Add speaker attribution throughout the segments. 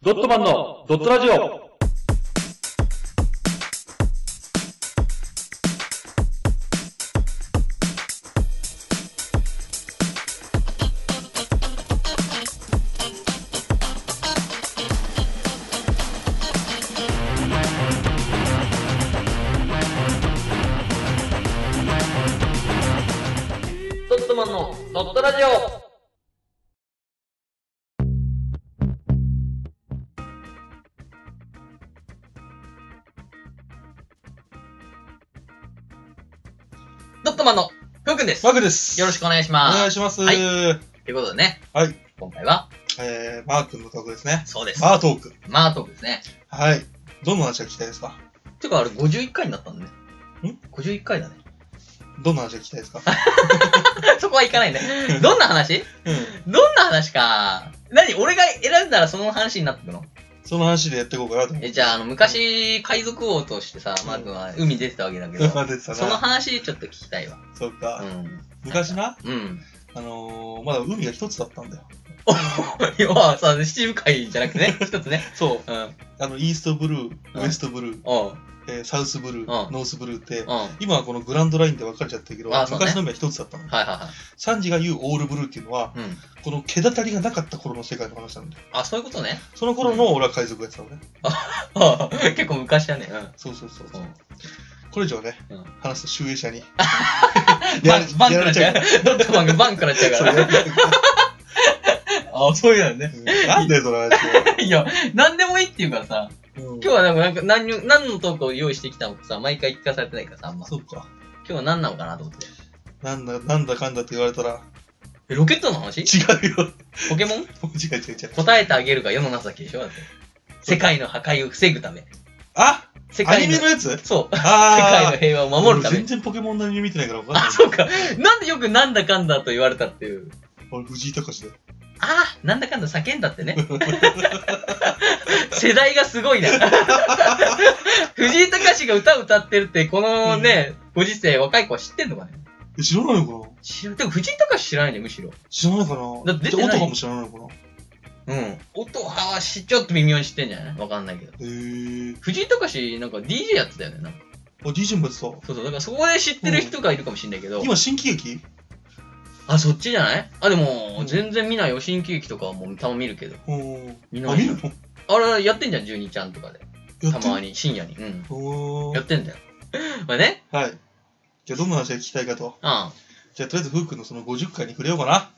Speaker 1: ドットマンのドットラジオ
Speaker 2: ドットマンのドットラジオドットマンのふうくんです。
Speaker 3: マグです。
Speaker 2: よろしくお願いし
Speaker 3: お
Speaker 2: ます。
Speaker 3: 願いします。
Speaker 2: は
Speaker 3: はいい。
Speaker 2: ということでね、
Speaker 3: はい
Speaker 2: 今回は、
Speaker 3: えー、マー君のトークですね。
Speaker 2: そうです。
Speaker 3: マートーク。
Speaker 2: マートークですね。
Speaker 3: はい。どんな話が聞きたいですか
Speaker 2: てか、あれ51回になったんだね。
Speaker 3: ん
Speaker 2: ?51 回だね。
Speaker 3: どんな話が聞きたいですか
Speaker 2: そこはいかないね。どんな話
Speaker 3: うん。
Speaker 2: どんな話か。何俺が選んだらその話になってくの
Speaker 3: その話でやっていこうかなと 思って。
Speaker 2: え、じゃあ、あの、昔、海賊王としてさ、マー君は海出てたわけだけど、
Speaker 3: まあ出てた
Speaker 2: その
Speaker 3: な。
Speaker 2: 話ちょっと聞きたいわ。
Speaker 3: そっか
Speaker 2: う。ん。
Speaker 3: 昔な、
Speaker 2: うん。
Speaker 3: あのー、まだ海が一つだったんだよ。
Speaker 2: 要はさ、七部会じゃなくて ね、一つね。
Speaker 3: そう。
Speaker 2: うん。うん。
Speaker 3: あの、イーストブル
Speaker 2: うん
Speaker 3: ー、ウエストブルー、
Speaker 2: おう
Speaker 3: えーサウスブルー、
Speaker 2: うん
Speaker 3: ノースブルーって、
Speaker 2: うん。はい
Speaker 3: 今はこのグランドラインで分かれちゃったけど、
Speaker 2: あそうね
Speaker 3: 昔の海は一つだったの。
Speaker 2: はいは。、
Speaker 3: サンジが言うオールブルーっていうのはい
Speaker 2: うん。
Speaker 3: この隔たりがなかった頃の世界の話なんだよ。
Speaker 2: あ、そういうことね。
Speaker 3: その頃の俺は海賊やってたのね。
Speaker 2: あ結構昔だね。うん。
Speaker 3: そうそうそう
Speaker 2: う。
Speaker 3: そうんこれ以上ね、
Speaker 2: うん。
Speaker 3: 話すと集英者に
Speaker 2: バ ン、バンくらっちゃう
Speaker 3: やられ
Speaker 2: ドットマンがバンくらっちゃうか
Speaker 3: そうや
Speaker 2: ら。
Speaker 3: られちゃう
Speaker 2: あ、そういうのね。
Speaker 3: うんなんだよ、その話は。
Speaker 2: いや、なんでもいいって言うからさ、
Speaker 3: 今
Speaker 2: 今日はなんか、なんか何に、何のトークを用意してきたのかさ、毎回聞かされてないからさ、あんま。
Speaker 3: そうか。
Speaker 2: 今日は何なのかなと思って。
Speaker 3: なんだ、なんだかんだって言われたら、
Speaker 2: え、ロケットの話
Speaker 3: 違うよ。
Speaker 2: ポケモン
Speaker 3: もう違う違う違う。
Speaker 2: 答えてあげるが世の情けでしょだって。世界の破壊を防ぐため。
Speaker 3: あ
Speaker 2: 世
Speaker 3: ア
Speaker 2: 界
Speaker 3: ニ
Speaker 2: の
Speaker 3: メのやつ
Speaker 2: そう。世界
Speaker 3: あ
Speaker 2: の
Speaker 3: ー。
Speaker 2: 平和を守るた
Speaker 3: 俺
Speaker 2: め
Speaker 3: 全。然ポケモンのアニメ見てないから分かんない
Speaker 2: あ、。そうか。なんでよくなんだかんだと言われたっていう。
Speaker 3: 俺、藤井隆だよ。
Speaker 2: ああ、なんだかんだ叫んだってね。世代がすごいな。藤井隆が歌歌ってるって、このね、ご時世若い子は知ってんのかね
Speaker 3: え知らないのかな
Speaker 2: 知らでも藤井隆知らないね、むしろ。
Speaker 3: 知らないかな
Speaker 2: だって出てない
Speaker 3: 音かも知らないのか
Speaker 2: う
Speaker 3: な
Speaker 2: ん。音ははし、ちょっと微妙に知ってんじゃないわかんないけど。
Speaker 3: へー。
Speaker 2: 藤井隆なんか DJ やってたよね、なんか。
Speaker 3: あ、DJ もやってた。
Speaker 2: そうそう、だからそこで知ってる人がいるかもしれないけど、
Speaker 3: 今、新喜劇
Speaker 2: あ、そっちじゃないあ、で
Speaker 3: う
Speaker 2: も、
Speaker 3: ん
Speaker 2: 全然見ないよ、新喜劇とかはもうたまに見るけど。
Speaker 3: うん。
Speaker 2: 見
Speaker 3: あ、
Speaker 2: な
Speaker 3: 見
Speaker 2: い
Speaker 3: る
Speaker 2: よ。
Speaker 3: のや
Speaker 2: あれ、やってんじゃん、12ちゃんとかで。た
Speaker 3: ってん
Speaker 2: ま
Speaker 3: の
Speaker 2: に、深夜に。うん。
Speaker 3: お
Speaker 2: や
Speaker 3: ー
Speaker 2: ってんだよ。 まあね、
Speaker 3: はい。じゃあ、どんな話が聞きたいかと。
Speaker 2: うん。あ、
Speaker 3: じゃあ、とりあえず、ふうくんのその50回に触れようかな。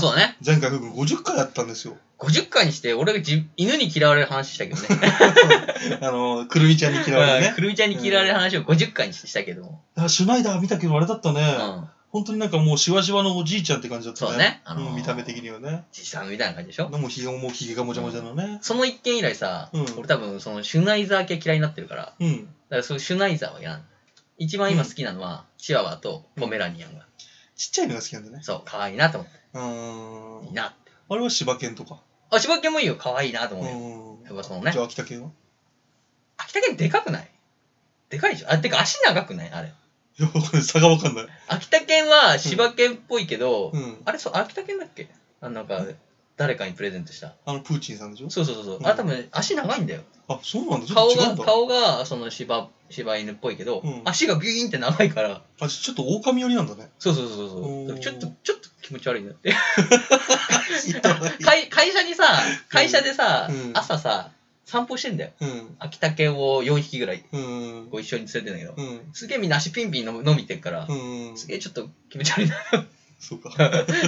Speaker 2: そうだね。
Speaker 3: 前回、ふうくん50回だったんですよ。
Speaker 2: 50回にして、俺がじ犬に嫌われる話したけど ね。
Speaker 3: あの、くるみちゃんに嫌われ て
Speaker 2: うん
Speaker 3: ね。
Speaker 2: くるみちゃんに嫌われる話を50回にしてしたけども。
Speaker 3: あ、シュナイダー見たけどあれだったね。
Speaker 2: うん。
Speaker 3: 本当になんかもうシワシワのおじいちゃんって感じだったね。
Speaker 2: そうねあのー
Speaker 3: うん見た目的にはね。
Speaker 2: じさんみたいな感じでしょ
Speaker 3: でもひげももうひげがもじゃもじゃのね。
Speaker 2: その一件以来さ、
Speaker 3: うん
Speaker 2: 俺多分、その、シュナイザー系嫌いになってるから、だ
Speaker 3: うん。
Speaker 2: からそういうシュナイザーは嫌なの。一番今好きなのは、チワワとポメラニアンが。
Speaker 3: ちっちゃいのが好きなんだね。
Speaker 2: そう、可愛いなと思って。
Speaker 3: うー
Speaker 2: いい
Speaker 3: ん。
Speaker 2: なって。
Speaker 3: あれは柴犬とか。
Speaker 2: あ、柴犬もいいよ。可愛いなと
Speaker 3: う
Speaker 2: 思うよ。
Speaker 3: ん。
Speaker 2: やっぱそのね
Speaker 3: じゃあ秋田犬は
Speaker 2: 秋田犬でかくないでかいでしょあ、てか足長くないあれ。
Speaker 3: いや、わかんない。差がわかんない。
Speaker 2: 秋田犬は柴犬っぽいけど、
Speaker 3: うん。
Speaker 2: あれ、そう、秋田犬だっけあなんか、誰かにプレゼントした。
Speaker 3: あの、プーチンさんでしょ
Speaker 2: そうそうそうそう。
Speaker 3: うん
Speaker 2: あ、多分足長いんだよ。
Speaker 3: あ、そうなんだ。ちょっ
Speaker 2: 顔
Speaker 3: と違うん
Speaker 2: が、
Speaker 3: だ。
Speaker 2: 顔が、その柴、柴犬っぽいけど、
Speaker 3: うん
Speaker 2: 足がビューンって長いから、
Speaker 3: あ、ちょっと狼寄りな んだね。
Speaker 2: そうそうそうそう。
Speaker 3: おー
Speaker 2: ちょっと、ちょっと気持ち悪いなって。
Speaker 3: はい。
Speaker 2: 会会社にさ、会社でさ、
Speaker 3: うん
Speaker 2: 朝さ、散歩してんだよ。
Speaker 3: うん。
Speaker 2: 秋田犬を4匹ぐらい、
Speaker 3: うん。
Speaker 2: ご一緒に連れてんだけど、
Speaker 3: うん。
Speaker 2: すげえみんな足ピンピンの伸びてるから、
Speaker 3: うん。
Speaker 2: すげえちょっと気持ち悪いな。
Speaker 3: そうか。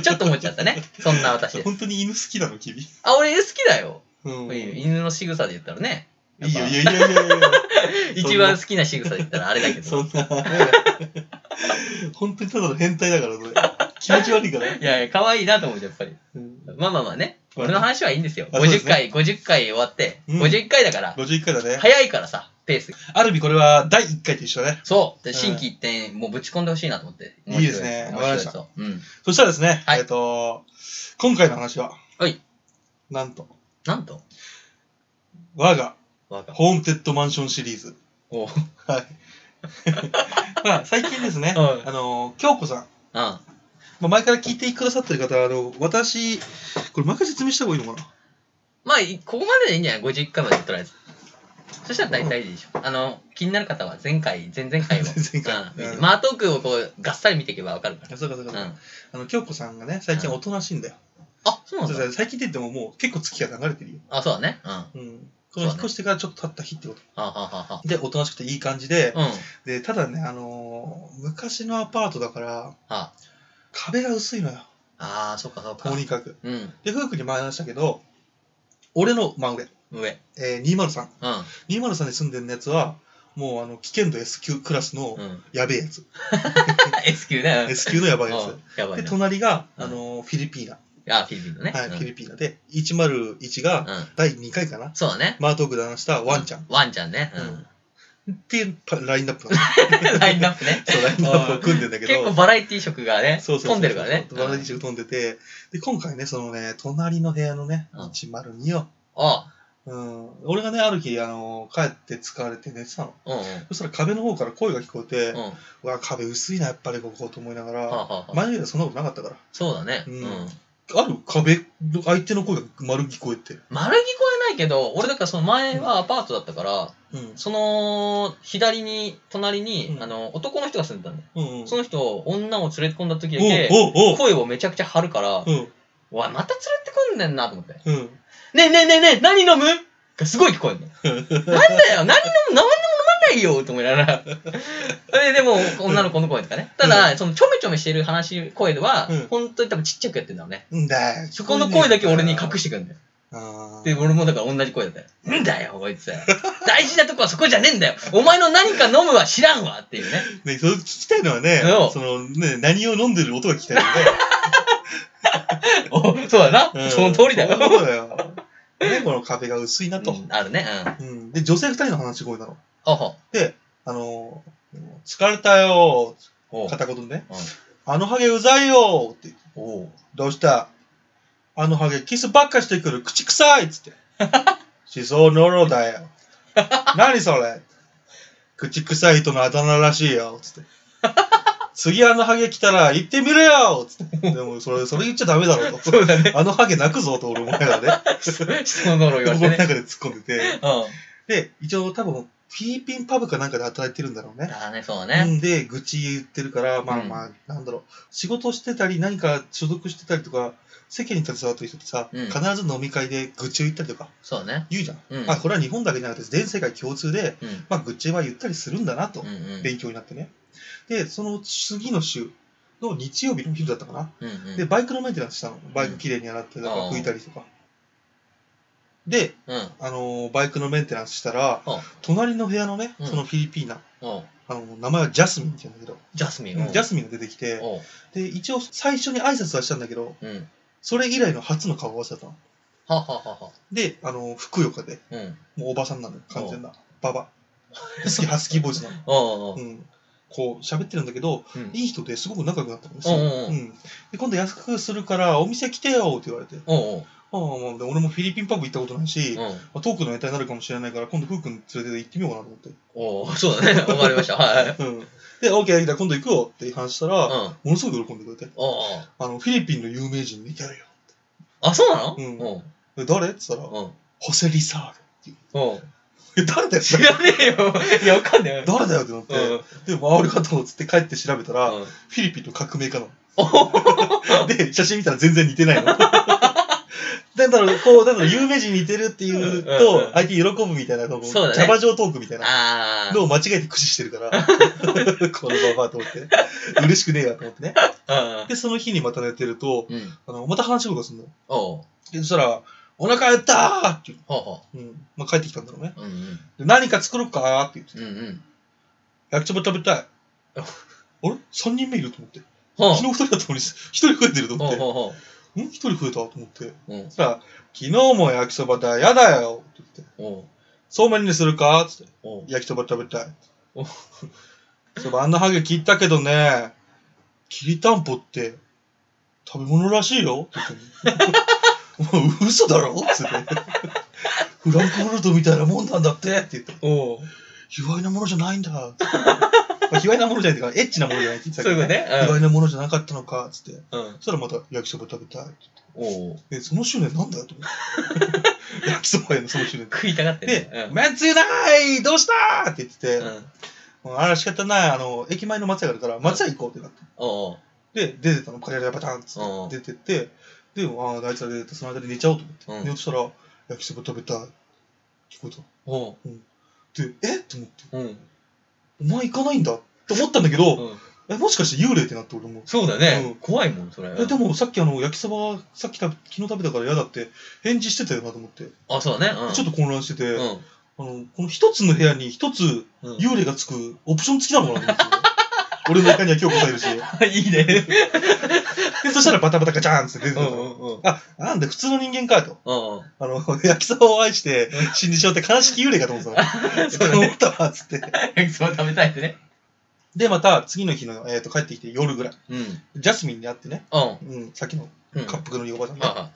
Speaker 2: ちょっと思っちゃった ね。そんな私です。
Speaker 3: 本当に犬好きなの、君。
Speaker 2: あ、俺好きだよ。
Speaker 3: うん。いいよ、
Speaker 2: 犬の仕草で言ったらね。やっ
Speaker 3: い
Speaker 2: ぱ
Speaker 3: やいやいやいや。
Speaker 2: 一番好きな仕草で言ったらあれだけど。
Speaker 3: そんな、 本当にただの変態だから、それ。気持ち悪いから。
Speaker 2: いやいや、可愛いなと思うじゃんやっぱり。
Speaker 3: うん
Speaker 2: まあまあまあね。
Speaker 3: まあね
Speaker 2: 俺の話はいいんですよ。
Speaker 3: あそうです
Speaker 2: 50回、50回終わって、
Speaker 3: うん
Speaker 2: 51回だから、
Speaker 3: 51回だね。
Speaker 2: 早いからさ、ペース。
Speaker 3: ある意味これは第1回と一緒だね。
Speaker 2: そう。で新規一点、もうぶち込んでほしいなと思って。
Speaker 3: いいですね
Speaker 2: 面白いです
Speaker 3: わかりました
Speaker 2: 面白いですよ
Speaker 3: そしたらですね、
Speaker 2: はい
Speaker 3: えっ、と、今回の話は、
Speaker 2: はい
Speaker 3: なんと、
Speaker 2: うん。なんと
Speaker 3: 我が
Speaker 2: わか
Speaker 3: ホーンテッドマンションシリーズ。
Speaker 2: おう。
Speaker 3: はい。まあ、最近ですね、
Speaker 2: はい
Speaker 3: あの、京子さん。
Speaker 2: うん。
Speaker 3: まあ、前から聞いてくださってる方、あの、私、これ前から説明した方がいいのかな
Speaker 2: まあ、いここまででいいんじゃない ?51 回までとりあえず。そしたら大体でいいでしょ。あの、気になる方は前回、前々回も。
Speaker 3: 前々回
Speaker 2: う。
Speaker 3: うんん
Speaker 2: まあ、トークをこう、がっさり見ていけばわかるか
Speaker 3: あそうかそうかそう
Speaker 2: ら。う
Speaker 3: か
Speaker 2: ん。
Speaker 3: あの京子さんがね最近おとなしいんだよ、
Speaker 2: あ、そうなん
Speaker 3: そう
Speaker 2: だ。
Speaker 3: そう最近って言ってももう結構月が流れてるよ、
Speaker 2: あ、そうだね。うん。は
Speaker 3: うん、この引っ越してからちょっと経った日ってこと
Speaker 2: あ、はあは
Speaker 3: でおとなしくていい感じで
Speaker 2: あ、はあ。うん。
Speaker 3: でただねあのー昔のアパートだから
Speaker 2: あ
Speaker 3: 壁が薄いのよ
Speaker 2: あー、そっかそっか
Speaker 3: と。にかく
Speaker 2: うん。
Speaker 3: で夫婦に前話したけど俺の真上、
Speaker 2: 上。
Speaker 3: えー、203
Speaker 2: うん。
Speaker 3: 203に住んでるやつはもうあの危険度 S 級クラスの
Speaker 2: うん。
Speaker 3: やべえやつ、
Speaker 2: S 級ね。
Speaker 3: S 級のやば いや
Speaker 2: うん
Speaker 3: つ
Speaker 2: やば
Speaker 3: で
Speaker 2: いな。
Speaker 3: 隣が、
Speaker 2: うん
Speaker 3: あのーフィリピーナ、
Speaker 2: あ、フィリピンのね。
Speaker 3: はい、
Speaker 2: うん
Speaker 3: フィリピーナで101が
Speaker 2: うん。
Speaker 3: 第2回かな
Speaker 2: そうだね。
Speaker 3: マートークで話したワンちゃん、
Speaker 2: ワンちゃんね。
Speaker 3: っていう パラインナ ップなの
Speaker 2: うん。ラインナップね。
Speaker 3: そうラインナップを組んでんだけど
Speaker 2: 結構バラエティ色がね、
Speaker 3: そうそうそう
Speaker 2: 飛んでるからね。
Speaker 3: バラエティ
Speaker 2: うん
Speaker 3: 飛んでて、で、今回ね、そのね、隣の部屋のね、
Speaker 2: うん
Speaker 3: 102を、
Speaker 2: あ
Speaker 3: うん、俺がね、ある日、あの、帰って疲れて寝てたの。
Speaker 2: あ、うんうん。
Speaker 3: そしたら壁の方から声が聞こえて、
Speaker 2: うん。は
Speaker 3: うわ、壁薄いな、やっぱりここと思いなが
Speaker 2: あはあ
Speaker 3: ら、
Speaker 2: はあ
Speaker 3: 前の家ではそんなことなかったから。
Speaker 2: そうだね。う
Speaker 3: うん
Speaker 2: ん。
Speaker 3: ある壁の、相手の声が丸聞こえて。
Speaker 2: 丸聞こえないけど、俺だからその前はアパートだったから、
Speaker 3: うん。
Speaker 2: その左に、隣に
Speaker 3: う、ん
Speaker 2: あの、男の人が住んでたんだよ。
Speaker 3: うんうん。
Speaker 2: その人、女を連れ込んだ時だ
Speaker 3: お
Speaker 2: け、
Speaker 3: うおう
Speaker 2: 声をめちゃくちゃ張るから
Speaker 3: おう、うん。
Speaker 2: わ、また連れてくんねんなと思って。
Speaker 3: うん。
Speaker 2: ねえねえねえねえ、何飲むがすごい聞こ えるの。なんだよ、何飲む、何も飲まないよと思いなが ら。で、でも、女の子の声とかね。ただ、その、ちょめちょめしてる話、声では、
Speaker 3: うん
Speaker 2: 本当に多分ちっちゃくやってんだろうね。
Speaker 3: うんだよ。
Speaker 2: そこの声だけ俺に隠
Speaker 3: し
Speaker 2: してくんだよ。
Speaker 3: あ
Speaker 2: で、俺もだから同じ声だったよ。んだよ、こいつ。大事なとこはそこじゃねえんだよ。お前の何か飲むは知らんわっていうね。
Speaker 3: ね、そう聞きたいのはね
Speaker 2: そ、う
Speaker 3: そのね、何を飲んでる音が聞きたいのね。
Speaker 2: おそうだ
Speaker 3: う
Speaker 2: な。
Speaker 3: ん
Speaker 2: その通りだ
Speaker 3: そ
Speaker 2: よ。
Speaker 3: ういうことだよ。ね、この壁が薄いなと。
Speaker 2: うんあるね。うん。
Speaker 3: うん。で、女性二人の話声なの。
Speaker 2: ほうほう。
Speaker 3: で、あのー、疲れたよ
Speaker 2: お
Speaker 3: ー、
Speaker 2: う
Speaker 3: 片言でね
Speaker 2: うん。
Speaker 3: あのハゲうざいよーって言って。
Speaker 2: おう
Speaker 3: どうしたあのハゲキスばっかしてくる、口臭いっ つって。思想ノロだよ。何それ口臭い人のあだ名らしいよ、つ って。次あのハゲ来たら行ってみるよつって。でもそれ、それ言っちゃダメだろと。
Speaker 2: そうだね。
Speaker 3: あのハゲ泣くぞと俺思いながらね。
Speaker 2: 質問呪い言わ
Speaker 3: 心
Speaker 2: れて
Speaker 3: の
Speaker 2: ね。
Speaker 3: 中で突っ込んでて。
Speaker 2: うん。
Speaker 3: で、一応多分、フィリピンパブかなんかで働いてるんだろうね。
Speaker 2: だね、そう
Speaker 3: う
Speaker 2: ね。
Speaker 3: んで、愚痴言ってるから、まあ
Speaker 2: うん
Speaker 3: まあ、なんだろう、仕事してたり、何か所属してたりとか、世間に携わってる人ってさ、
Speaker 2: うん
Speaker 3: 必ず飲み会で愚痴を言ったりとか
Speaker 2: そうね。
Speaker 3: 言うじゃん。
Speaker 2: うん。
Speaker 3: まあ、これは日本だけじゃなくて、全世界共通で、
Speaker 2: うん。
Speaker 3: まあ、愚痴は言ったりするんだなと
Speaker 2: う、んうん。
Speaker 3: 勉強になってね。で、その次の週の日曜日の昼だったかな。
Speaker 2: うんうん
Speaker 3: で、バイクのメンテナンスしたの。バイクきれいに洗って、だから
Speaker 2: うん
Speaker 3: 拭いたりとか。で、
Speaker 2: うん。
Speaker 3: あのーバイクのメンテナンスしたら
Speaker 2: うん、
Speaker 3: 隣の部屋のね、
Speaker 2: うん
Speaker 3: そのフィリピーナ、
Speaker 2: おう
Speaker 3: あの名前はジャスミンって言うんだけど、
Speaker 2: ジャスミン。
Speaker 3: ジャ
Speaker 2: ス
Speaker 3: スミンが出てきて、
Speaker 2: おう
Speaker 3: で、一応最初に挨拶はしたんだけど、
Speaker 2: うん。
Speaker 3: それ以来の初の顔合わせだったの。
Speaker 2: はははは。
Speaker 3: で、あのー、ふくよかで、
Speaker 2: うん。
Speaker 3: もうおばさんなのよ、完全な。ババ。好き、ハスキーボイスなの。
Speaker 2: おうおう
Speaker 3: うん。こう、喋ってるんだけど、
Speaker 2: うん。
Speaker 3: いい人ですごく仲良くなったのです
Speaker 2: おう
Speaker 3: よ。
Speaker 2: おう
Speaker 3: う。ん。で、今度安くするから、お店来てよって言われて。
Speaker 2: おうおう。
Speaker 3: ああ、もうで俺もフィリピンパブ行ったことないし、
Speaker 2: うん。
Speaker 3: まあトークのネタになるかもしれないから、今度、ふうくん連れて行ってみようかなと思って。
Speaker 2: おうそうだね。わかりました。はい。
Speaker 3: うん。で、OK、じゃあ今度行くよって話したら、
Speaker 2: うん。
Speaker 3: も
Speaker 2: おう
Speaker 3: のすごく喜んでくれて、
Speaker 2: おう。
Speaker 3: あの、フィリピンの有名人にやるよ。
Speaker 2: あ、そうなの
Speaker 3: うん
Speaker 2: おう
Speaker 3: で誰って言ったら、
Speaker 2: おう
Speaker 3: ホセ・リサールって
Speaker 2: おう
Speaker 3: いう。え、誰だよ
Speaker 2: 知らねえよ。 いや、わかんない。
Speaker 3: 誰だよってなっ
Speaker 2: うん。うん
Speaker 3: て、で、周りかと思って帰って調べたら、フィリピンの革命家なの。 で、写真見たら全然似 てないの。だから、こう、だから有名人似てるっていう
Speaker 2: うんうんう
Speaker 3: と
Speaker 2: ん、
Speaker 3: 相手喜ぶみたいな、こう
Speaker 2: そうだね
Speaker 3: キャバ嬢トークみたいな。
Speaker 2: ああ。
Speaker 3: のを間違えて駆使してるから、 このババアと思ってね、嬉しくねえわと思ってね。で、その日にまた寝てると、
Speaker 2: うん。うん。
Speaker 3: あのまた話し声がするの。
Speaker 2: おう
Speaker 3: でそしたら、お腹減ったーって言
Speaker 2: ほうほ
Speaker 3: う、うんまあ、帰ってきたんだろうね。
Speaker 2: う。うん
Speaker 3: で何か作ろうかーって言って、
Speaker 2: うん。うんうん。
Speaker 3: 焼きそば食べたい。あれ ?3 人目いると思って。
Speaker 2: ほう。
Speaker 3: 昨日2人だったのに、1人増えてると
Speaker 2: ほ
Speaker 3: 思
Speaker 2: う
Speaker 3: って。
Speaker 2: ほうほ
Speaker 3: ん ?1 人増えたと思って。
Speaker 2: う。うん
Speaker 3: そ。したら、昨日も焼きそばだ、やだよって言っ
Speaker 2: お
Speaker 3: て。
Speaker 2: う
Speaker 3: そうめんにするかーって言って。
Speaker 2: おう
Speaker 3: 焼きそば食べたい
Speaker 2: お。
Speaker 3: そういえばあんなハゲ切ったけどね、きりたんぽって食べ物らしいよって 言ってもう嘘だろっつって。フランクフルトみたいなもんなんだってって言って。
Speaker 2: おう
Speaker 3: 卑猥なものじゃないんだって。これ卑猥なものじゃないってから、エッチなものじゃないって言って
Speaker 2: そ
Speaker 3: た
Speaker 2: うい
Speaker 3: け
Speaker 2: うこ
Speaker 3: ど、
Speaker 2: と
Speaker 3: ね。
Speaker 2: ね。
Speaker 3: 卑猥なものじゃなかったのか、つって。
Speaker 2: うん。うん。
Speaker 3: そしたらまた焼きそば食べたいって。
Speaker 2: おう
Speaker 3: え、その執念なんだよと 思って。焼きそばへのその執念。
Speaker 2: 食いたがってね
Speaker 3: で、。めんつゆないどうしたって言ってて、
Speaker 2: うん。うん。
Speaker 3: もうあら仕方ない、あの、駅前の松屋があるから、松屋行こうってなって。
Speaker 2: おうおう
Speaker 3: で、出てったの、パチャリャバタンっつ
Speaker 2: うん
Speaker 3: って出てって、で、ああ、あいつら出てた、その間に寝ちゃおうと思って。
Speaker 2: うん
Speaker 3: 寝ようとしたら、焼きそば食べたい。聞こえた。
Speaker 2: おう
Speaker 3: で、えって思って、
Speaker 2: うん。
Speaker 3: お前行かないんだって思ったんだけど、
Speaker 2: うん
Speaker 3: え、もしかして幽霊ってなって俺も。
Speaker 2: そうだね、
Speaker 3: うん
Speaker 2: 怖いもん、それ。
Speaker 3: え、でもさっきあの、焼きそば、さっき食べ昨日食べたから嫌だって返事してたよなと思って、
Speaker 2: あ、そうだね。うん、
Speaker 3: ちょっと混乱してて、あ
Speaker 2: と、
Speaker 3: の、この一つの部屋に一つ
Speaker 2: うん。うん、
Speaker 3: 幽霊がつくオプション付きなのか なと思って。俺の中には今日答えるし。
Speaker 2: いいね。
Speaker 3: で、そしたらバタバタガチャーンって出て
Speaker 2: う
Speaker 3: た
Speaker 2: ん
Speaker 3: の。
Speaker 2: うんうん。
Speaker 3: なんで普通の人間かと。
Speaker 2: うんうん。
Speaker 3: あの、焼きそばを愛して死んでしまって悲しき幽霊かと思ってた の。
Speaker 2: そうだ
Speaker 3: 思
Speaker 2: ね
Speaker 3: ったわ、つって。
Speaker 2: 焼きそば食べたいってね。
Speaker 3: で、また次の日の、えっ、と、帰ってきて夜ぐらい。
Speaker 2: うん。うん。
Speaker 3: ジャスミンに会ってね。
Speaker 2: うん。
Speaker 3: うん、さっきの
Speaker 2: うん、
Speaker 3: 滑覆のいいおばちゃんが、
Speaker 2: あ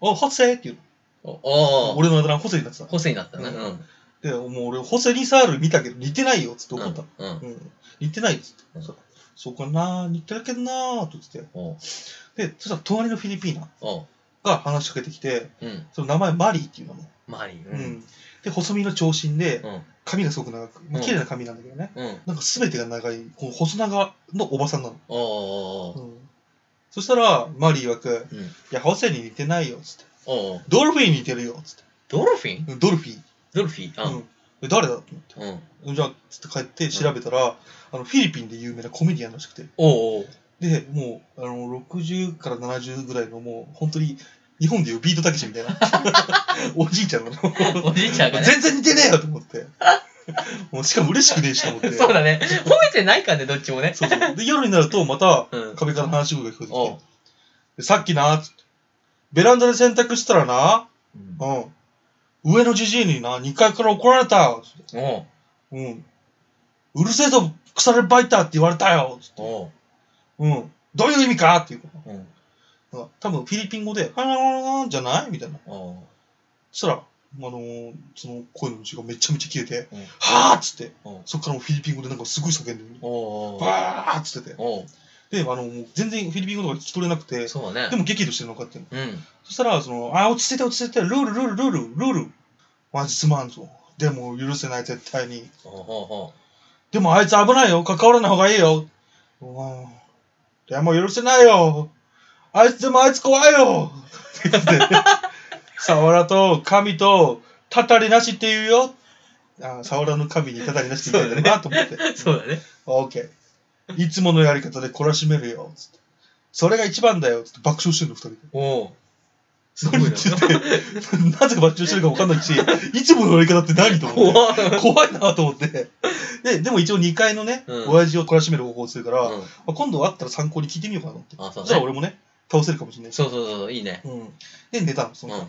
Speaker 3: お、ホセって言う
Speaker 2: あ。お
Speaker 3: の。
Speaker 2: おお。
Speaker 3: 俺のあだ名ホセになってたの。
Speaker 2: 個性になったね。
Speaker 3: う
Speaker 2: うんん。
Speaker 3: で、もう俺、ホセリサール見たけど、似てないよ、つって怒ったの。
Speaker 2: うん。
Speaker 3: うん、似てないっつって。
Speaker 2: うん
Speaker 3: そそうかな似てるけどなーとつって。
Speaker 2: おう
Speaker 3: で、そしたら隣のフィリピーナ
Speaker 2: おう。
Speaker 3: が話しかけてきて、
Speaker 2: うん。
Speaker 3: その名前マリーっていうのね。
Speaker 2: マリー。
Speaker 3: う。ん。で、細身の長身で、
Speaker 2: うん。
Speaker 3: 髪がすごく長く、まあ、
Speaker 2: うん
Speaker 3: 綺麗な髪なんだけどね。
Speaker 2: うん。
Speaker 3: なんか全てが長い、この細長のおばさんなの。
Speaker 2: おうおうおう。
Speaker 3: うん。そしたら、マリー曰く、
Speaker 2: うん。
Speaker 3: いや、ホセに似てないよ、つって。
Speaker 2: おうおう。
Speaker 3: ドルフィーに似てるよ、つって。
Speaker 2: ドルフィン
Speaker 3: うんドルフィー。
Speaker 2: ドルフィン。
Speaker 3: うんえ誰だと思って。
Speaker 2: うん。うん。
Speaker 3: じゃあ、つって帰って調べたら、あの、フィリピンで有名なコメディアンらしくて。
Speaker 2: おうおう。
Speaker 3: で、もう、あの、60から70ぐらいの、もう、本当に、日本でいうビートたけしみたい な。おじいちゃんなの。
Speaker 2: おじいちゃんがね。
Speaker 3: 全然似てねえよと思って。もう、しかも嬉しくねえしと思っ て。
Speaker 2: そうだね。褒めてないからね、どっちもね。
Speaker 3: そうそうで、夜になると、また、
Speaker 2: うん。
Speaker 3: 壁から話し声が聞こえて
Speaker 2: お
Speaker 3: き
Speaker 2: う
Speaker 3: て。でさっきな、つってベランダで洗濯したらな、うん。上のじじいにな、2階から怒られたよ。つって
Speaker 2: おう
Speaker 3: うん。うるせえぞ、腐れバイターって言われたよ。つって
Speaker 2: おう。
Speaker 3: うん。どういう意味かっていうこと
Speaker 2: うん。
Speaker 3: うん多分フィリピン語で、あらじゃないみたいな。
Speaker 2: おう
Speaker 3: そしたら、あのーその声の虫がめちゃめちゃ消えて、
Speaker 2: うん
Speaker 3: はぁっつって
Speaker 2: うん、
Speaker 3: そっからもうフィリピン語でなんかすごい叫んでる。
Speaker 2: おうおう。
Speaker 3: バーっつってて。
Speaker 2: おう。
Speaker 3: で、あの、もう全然フィリピン語とか聞き取れなくて、
Speaker 2: そうだ
Speaker 3: で
Speaker 2: ね。
Speaker 3: も激怒してるのかっていうの。
Speaker 2: うん。
Speaker 3: そしたら、その、あー、落ち着いて落ち着いて、ルールルールルールルール。マジすまんぞ。でも許せない、絶対に。
Speaker 2: おうおうおう。
Speaker 3: でもあいつ危ないよ。関わらない方がいいよ。うん。でも許せないよ。あいつでもあいつ怖いよ。って言ってて。サワラと神と、たたりなしって言うよ。あーサワラの神にたたりなしって言いたいんだなと思って。
Speaker 2: そうだね。
Speaker 3: オーケー。いつものやり方で懲らしめるよ。つってそれが一番だよ。つって爆笑してるの、二人で。
Speaker 2: おう。すごい
Speaker 3: 何
Speaker 2: な
Speaker 3: 言ってて、 なぜか爆笑してるか分かんないし、いつものやり方って何と思って。
Speaker 2: 怖っ。
Speaker 3: 怖いなと思って。で、でも一応2階のね、
Speaker 2: うん
Speaker 3: 親父を懲らしめる方法をするから、
Speaker 2: うん
Speaker 3: まあ、今度会ったら参考に聞いてみようかなと思
Speaker 2: あ、
Speaker 3: って。
Speaker 2: そ
Speaker 3: そうした
Speaker 2: だね。
Speaker 3: ら俺もね、倒せるかもしれないし。
Speaker 2: そうそうそう、いいね。
Speaker 3: うん。で、寝たの、そ
Speaker 2: うん
Speaker 3: の。。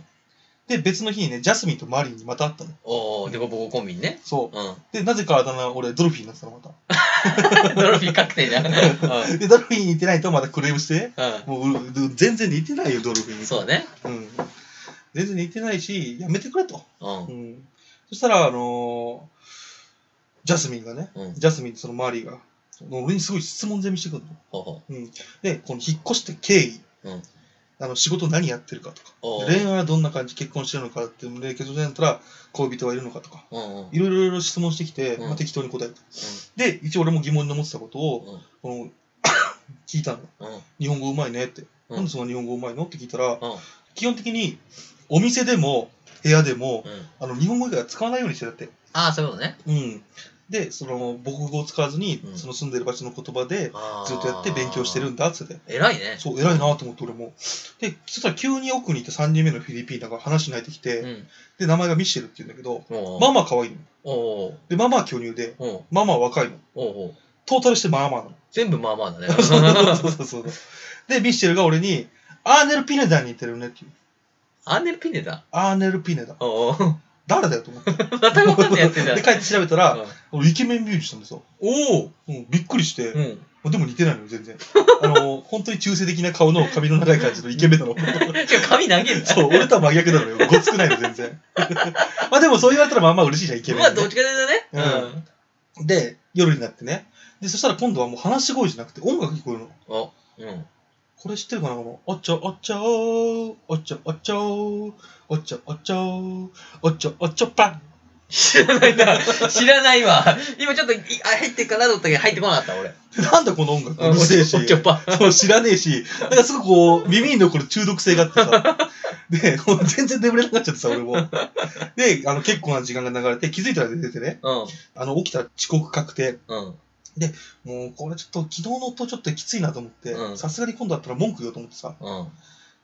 Speaker 3: で、別の日にね、ジャスミンとマリンにまた会ったの。
Speaker 2: おお、デコボココンビニね。
Speaker 3: そう。
Speaker 2: うん。
Speaker 3: で、なぜかあだ名、俺、ドルフィンになってたの、ま
Speaker 2: ドルフィン確定じ ゃん。うん。
Speaker 3: た。で、ドルフィンに似てないとまたクレームして、
Speaker 2: う
Speaker 3: もうう、う全然似てないよ、ドルフィン。
Speaker 2: ん。そうだね。
Speaker 3: うん。全然似てないし、やめてくれと。
Speaker 2: う。
Speaker 3: うんん。そしたら、あのージャスミンがね、
Speaker 2: うん。
Speaker 3: ジャスミンとそのマリーが、もう俺にすごい質問攻めしてくるの。
Speaker 2: ほうほ
Speaker 3: うん、で、この引っ越して経緯、
Speaker 2: うん
Speaker 3: あの仕事何やってるかとか、
Speaker 2: おう
Speaker 3: 恋愛はどんな感じ、結婚してるのかっていうので、結婚してたら恋人はいるのかとか、
Speaker 2: う。うんうん。
Speaker 3: いろいろいろ質問してきて、
Speaker 2: うん
Speaker 3: まあ、適当に答えて、で、一応俺も疑問に思ってたことを、
Speaker 2: うん。
Speaker 3: この 聞いたの。
Speaker 2: うん。
Speaker 3: 日本語うまいねって。
Speaker 2: うん
Speaker 3: なんでそんな日本語うまいのって聞いたら、
Speaker 2: うん。
Speaker 3: 基本的にお店でも部屋でも、
Speaker 2: うん。
Speaker 3: あの日本語以外は使わないようにしてたって。
Speaker 2: ああ、そういうことね。
Speaker 3: うん。で、その母国語を使わずに、
Speaker 2: うん
Speaker 3: その住んでる場所の言葉で
Speaker 2: あー
Speaker 3: ずっとやって勉強してる。んだっつって。
Speaker 2: 偉いね。
Speaker 3: そう、偉いなと思って俺も。で、そしたら急に奥にいた3人目のフィリピーナが話しないてきて、
Speaker 2: うん。
Speaker 3: で、名前がミシェルって言うんだけど、
Speaker 2: おう
Speaker 3: ママ可愛いの。
Speaker 2: おう
Speaker 3: で、ママは巨乳で、
Speaker 2: おう
Speaker 3: ママは若いの。
Speaker 2: おうおう
Speaker 3: トータルしてまあまあ
Speaker 2: 全部まあまあ だね。
Speaker 3: なの。そうそうそうそう。で、ミシェルが俺に、アーネル・ピネダに似てるねっていう。
Speaker 2: アンネルピンネだ。
Speaker 3: アーネル・ピネダ。
Speaker 2: おうおう
Speaker 3: 誰だよと思って。で、
Speaker 2: またまたやってんじゃん。
Speaker 3: 帰って調べたら、
Speaker 2: うん
Speaker 3: 俺イケメンミュージシャンでさ、
Speaker 2: おお
Speaker 3: うん、びっくりして、
Speaker 2: うん。
Speaker 3: でも似てないのよ、全然。あの、本当に中性的な顔の髪の長い感じのイケメンなの。
Speaker 2: しかも髪投げるな。
Speaker 3: そう、俺とは真逆なのよ。ごつくないの、全然。 まあでもそう言われたらまあまあ嬉しいじゃん、イケメン
Speaker 2: まあ、
Speaker 3: ね、
Speaker 2: どっちかというとね。
Speaker 3: で、夜になってね、で、そしたら今度はもう話し声じゃなくて音楽聞こえるの。
Speaker 2: お、うん。
Speaker 3: これ知ってるかなこの、おっちょおっちょー、おっちょおっちょー、おっちょおっちょー、おっちょおっちょパン。
Speaker 2: 知らないな。知らないわ。今ちょっと、いあ、入ってるかなと思ったけど、入ってこなかった、俺。
Speaker 3: なんだこの音楽
Speaker 2: う
Speaker 3: うるせえし
Speaker 2: お。っちょっぱ。
Speaker 3: そう知らねえし、なんかすぐこう、耳に残る中毒性があってさ。で、もう全然眠れなくなっちゃってさ、俺も。で、あの、結構な時間が流れて、気づいたら出てね、
Speaker 2: うん。
Speaker 3: あの、起きたら遅刻確定。
Speaker 2: うん。
Speaker 3: もう、これちょっと、昨日の音ちょっときついなと思って
Speaker 2: う、ん
Speaker 3: さすがに今度だったら文句言おうと思ってさ、
Speaker 2: うん。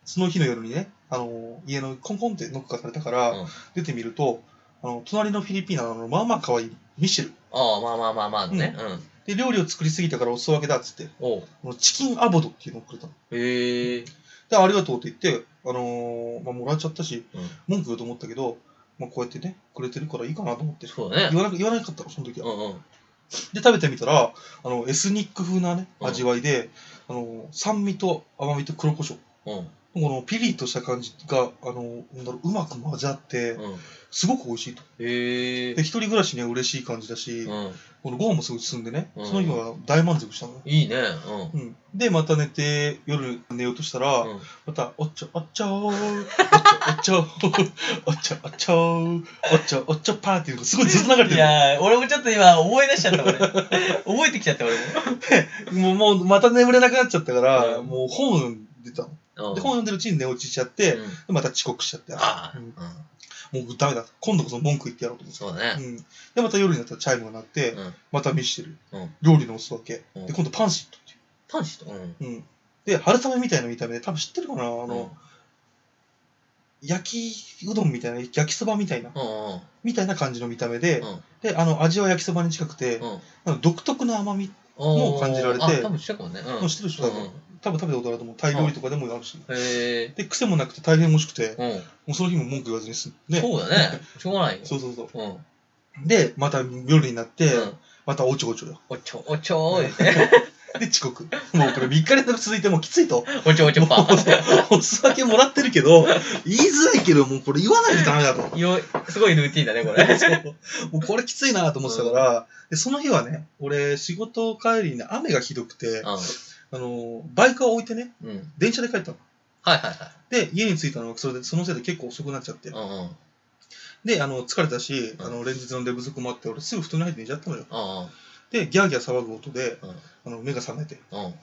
Speaker 3: その日の夜にね、あの、家のコンコンってノックがされたから、
Speaker 2: うん
Speaker 3: 出てみると、あの、隣のフィリピンの、あの、まあまあ可愛いミシェル。
Speaker 2: ああ、まあまあまあまあね。うん。
Speaker 3: で、料理を作りすぎたからお裾分けだっつって、
Speaker 2: おう。
Speaker 3: あのチキンアボドっていうのをくれたの。
Speaker 2: へえ。
Speaker 3: で、ありがとうって言って、あのーまあ、もらっちゃったし、
Speaker 2: うん
Speaker 3: 文句言おうと思ったけど、まあ、こうやってね、くれてるからいいかなと思って、
Speaker 2: そうだね。
Speaker 3: 言わな言わなかったの、その時
Speaker 2: う
Speaker 3: は。
Speaker 2: んうん。
Speaker 3: で、食べてみたら、あの、エスニック風なね、
Speaker 2: うん
Speaker 3: 味わいで、あのー酸味と甘みと黒胡椒。
Speaker 2: うん。
Speaker 3: このピリッとした感じが、あのーなんだろう、うまく混ざって、
Speaker 2: うん。
Speaker 3: すごく美味しいと。
Speaker 2: へえ
Speaker 3: で、。一人暮らしには嬉しい感じだし、
Speaker 2: うん。
Speaker 3: このご飯もすごい進んでね、
Speaker 2: うん
Speaker 3: その日は大満足したのよ。
Speaker 2: いいね。うん。
Speaker 3: うん、で、また寝て、夜寝ようとしたら、
Speaker 2: うん
Speaker 3: また、おっちょ、おっちょー、おっちょ、おっちょー、 おっちょ、おっちょー、おっちょ、おっちょパーっていうのがすごいずっと流れ
Speaker 2: い
Speaker 3: てる。
Speaker 2: やー、俺もちょっと今、覚え出しちゃった、 俺。覚えてきちゃった、俺
Speaker 3: もう、もう、また眠れなくなっちゃったから、
Speaker 2: うん
Speaker 3: もう本読んでたの。
Speaker 2: も。
Speaker 3: で、本読んでるうちに寝落ちしちゃって、
Speaker 2: うん
Speaker 3: でまた遅刻しちゃって、
Speaker 2: ああ、う
Speaker 3: うん
Speaker 2: ん。
Speaker 3: もうダメだ。今度こそ文句言ってやろうと思って
Speaker 2: そうだ
Speaker 3: た。う
Speaker 2: ね。
Speaker 3: ん。で、また夜になったらチャイムが鳴って、
Speaker 2: うん
Speaker 3: また見してる。
Speaker 2: うん
Speaker 3: 料理のお裾分け。
Speaker 2: うん
Speaker 3: で、今度パンシットっていう。
Speaker 2: パンチと。うん。
Speaker 3: うん、で春雨みたいな見た目で多分知ってるかなあの、焼きうどんみたいな焼きそばみたいな、
Speaker 2: うんうん
Speaker 3: みたいな感じの見た目で、
Speaker 2: うん
Speaker 3: であの味は焼きそばに近く
Speaker 2: う
Speaker 3: て、
Speaker 2: ん。
Speaker 3: なんか独特な甘み
Speaker 2: も
Speaker 3: う感じられて
Speaker 2: あ、多分したかもね。う
Speaker 3: の
Speaker 2: ん。
Speaker 3: 知ってるでしょ多分,、
Speaker 2: うん
Speaker 3: 多分食べたことあると思うタイ料理とかでもあるし、
Speaker 2: へえ。
Speaker 3: で癖もなくて大変美味しくて
Speaker 2: うん。
Speaker 3: もうその日も文句言わずにすね
Speaker 2: そうだね。しょうがないよ。
Speaker 3: そうそうそう
Speaker 2: うん。うん。
Speaker 3: でまた夜になって、またおちょこちょよ
Speaker 2: おちょ、おちょーって。
Speaker 3: で遅刻もうこれ3日連続続いてもうきついと
Speaker 2: おちょおちょパ
Speaker 3: お裾分けもらってるけど言いづらいけどもうこれ言わないとダメだと
Speaker 2: ン。よ、すごいルーティンだね、これ。
Speaker 3: そうもうこれきついなと思ってたから、でその日はね、俺、仕事帰りにね雨がひどくて、あのバイクを置いてね、
Speaker 2: うん。うん。
Speaker 3: 電車で帰ったの。
Speaker 2: はいはいはい。
Speaker 3: で、家に着いたのがそれで、そのせいで結構遅くなっちゃって
Speaker 2: う、んうん。うんうん。
Speaker 3: で、あの疲れたし、
Speaker 2: うん
Speaker 3: あの連日の寝不足もあって、俺、すぐ布団に入って寝ちゃったのよ。
Speaker 2: あ
Speaker 3: で、ギャーギャー騒ぐ音で、
Speaker 2: うん
Speaker 3: あの目が覚めて、
Speaker 2: あ。うん。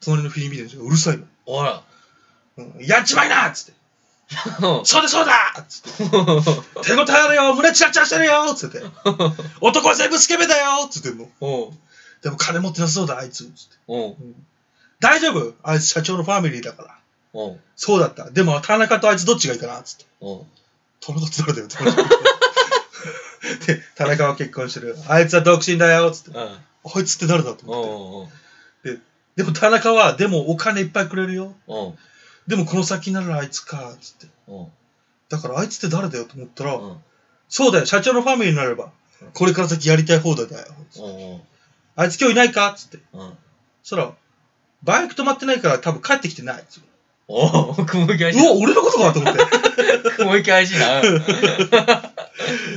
Speaker 3: 隣のフィリピン人がうるさいの。
Speaker 2: ほら。
Speaker 3: うんやっちまいなっつって、
Speaker 2: うん
Speaker 3: そうだそうだっつって、手応えあるよ、胸チラチラしてるよっつって、 男は全部スケベだよっつってんの。
Speaker 2: うん。
Speaker 3: でも金持ってなさそうだ、あいつっつって。
Speaker 2: うん。
Speaker 3: 大丈夫あいつ社長のファミリーだから。
Speaker 2: うん。
Speaker 3: そうだった。でも田中とあいつどっちがいいかなつって。
Speaker 2: うん。
Speaker 3: 田中って誰だよって 話。で、田中は結婚してる。あいつは独身だよつって。
Speaker 2: うん。
Speaker 3: あいつって誰だと
Speaker 2: う
Speaker 3: 思って。
Speaker 2: ん。
Speaker 3: でも田中は、でもお金いっぱいくれるよ。
Speaker 2: うん。
Speaker 3: でもこの先ならあいつかつって。
Speaker 2: うん。
Speaker 3: だからあいつって誰だよと思ったら、
Speaker 2: うん。
Speaker 3: そうだよ、社長のファミリーになれば
Speaker 2: うん、
Speaker 3: これから先やりたい放題だよ。つって
Speaker 2: うん。
Speaker 3: あいつ今日いないかつって。
Speaker 2: うん。
Speaker 3: そしたら、バイク止まってないから多分帰ってきてない。つって
Speaker 2: おお、雲行き怪し
Speaker 3: うわ、俺のことかと思って。
Speaker 2: い。雲行き怪しいな。うん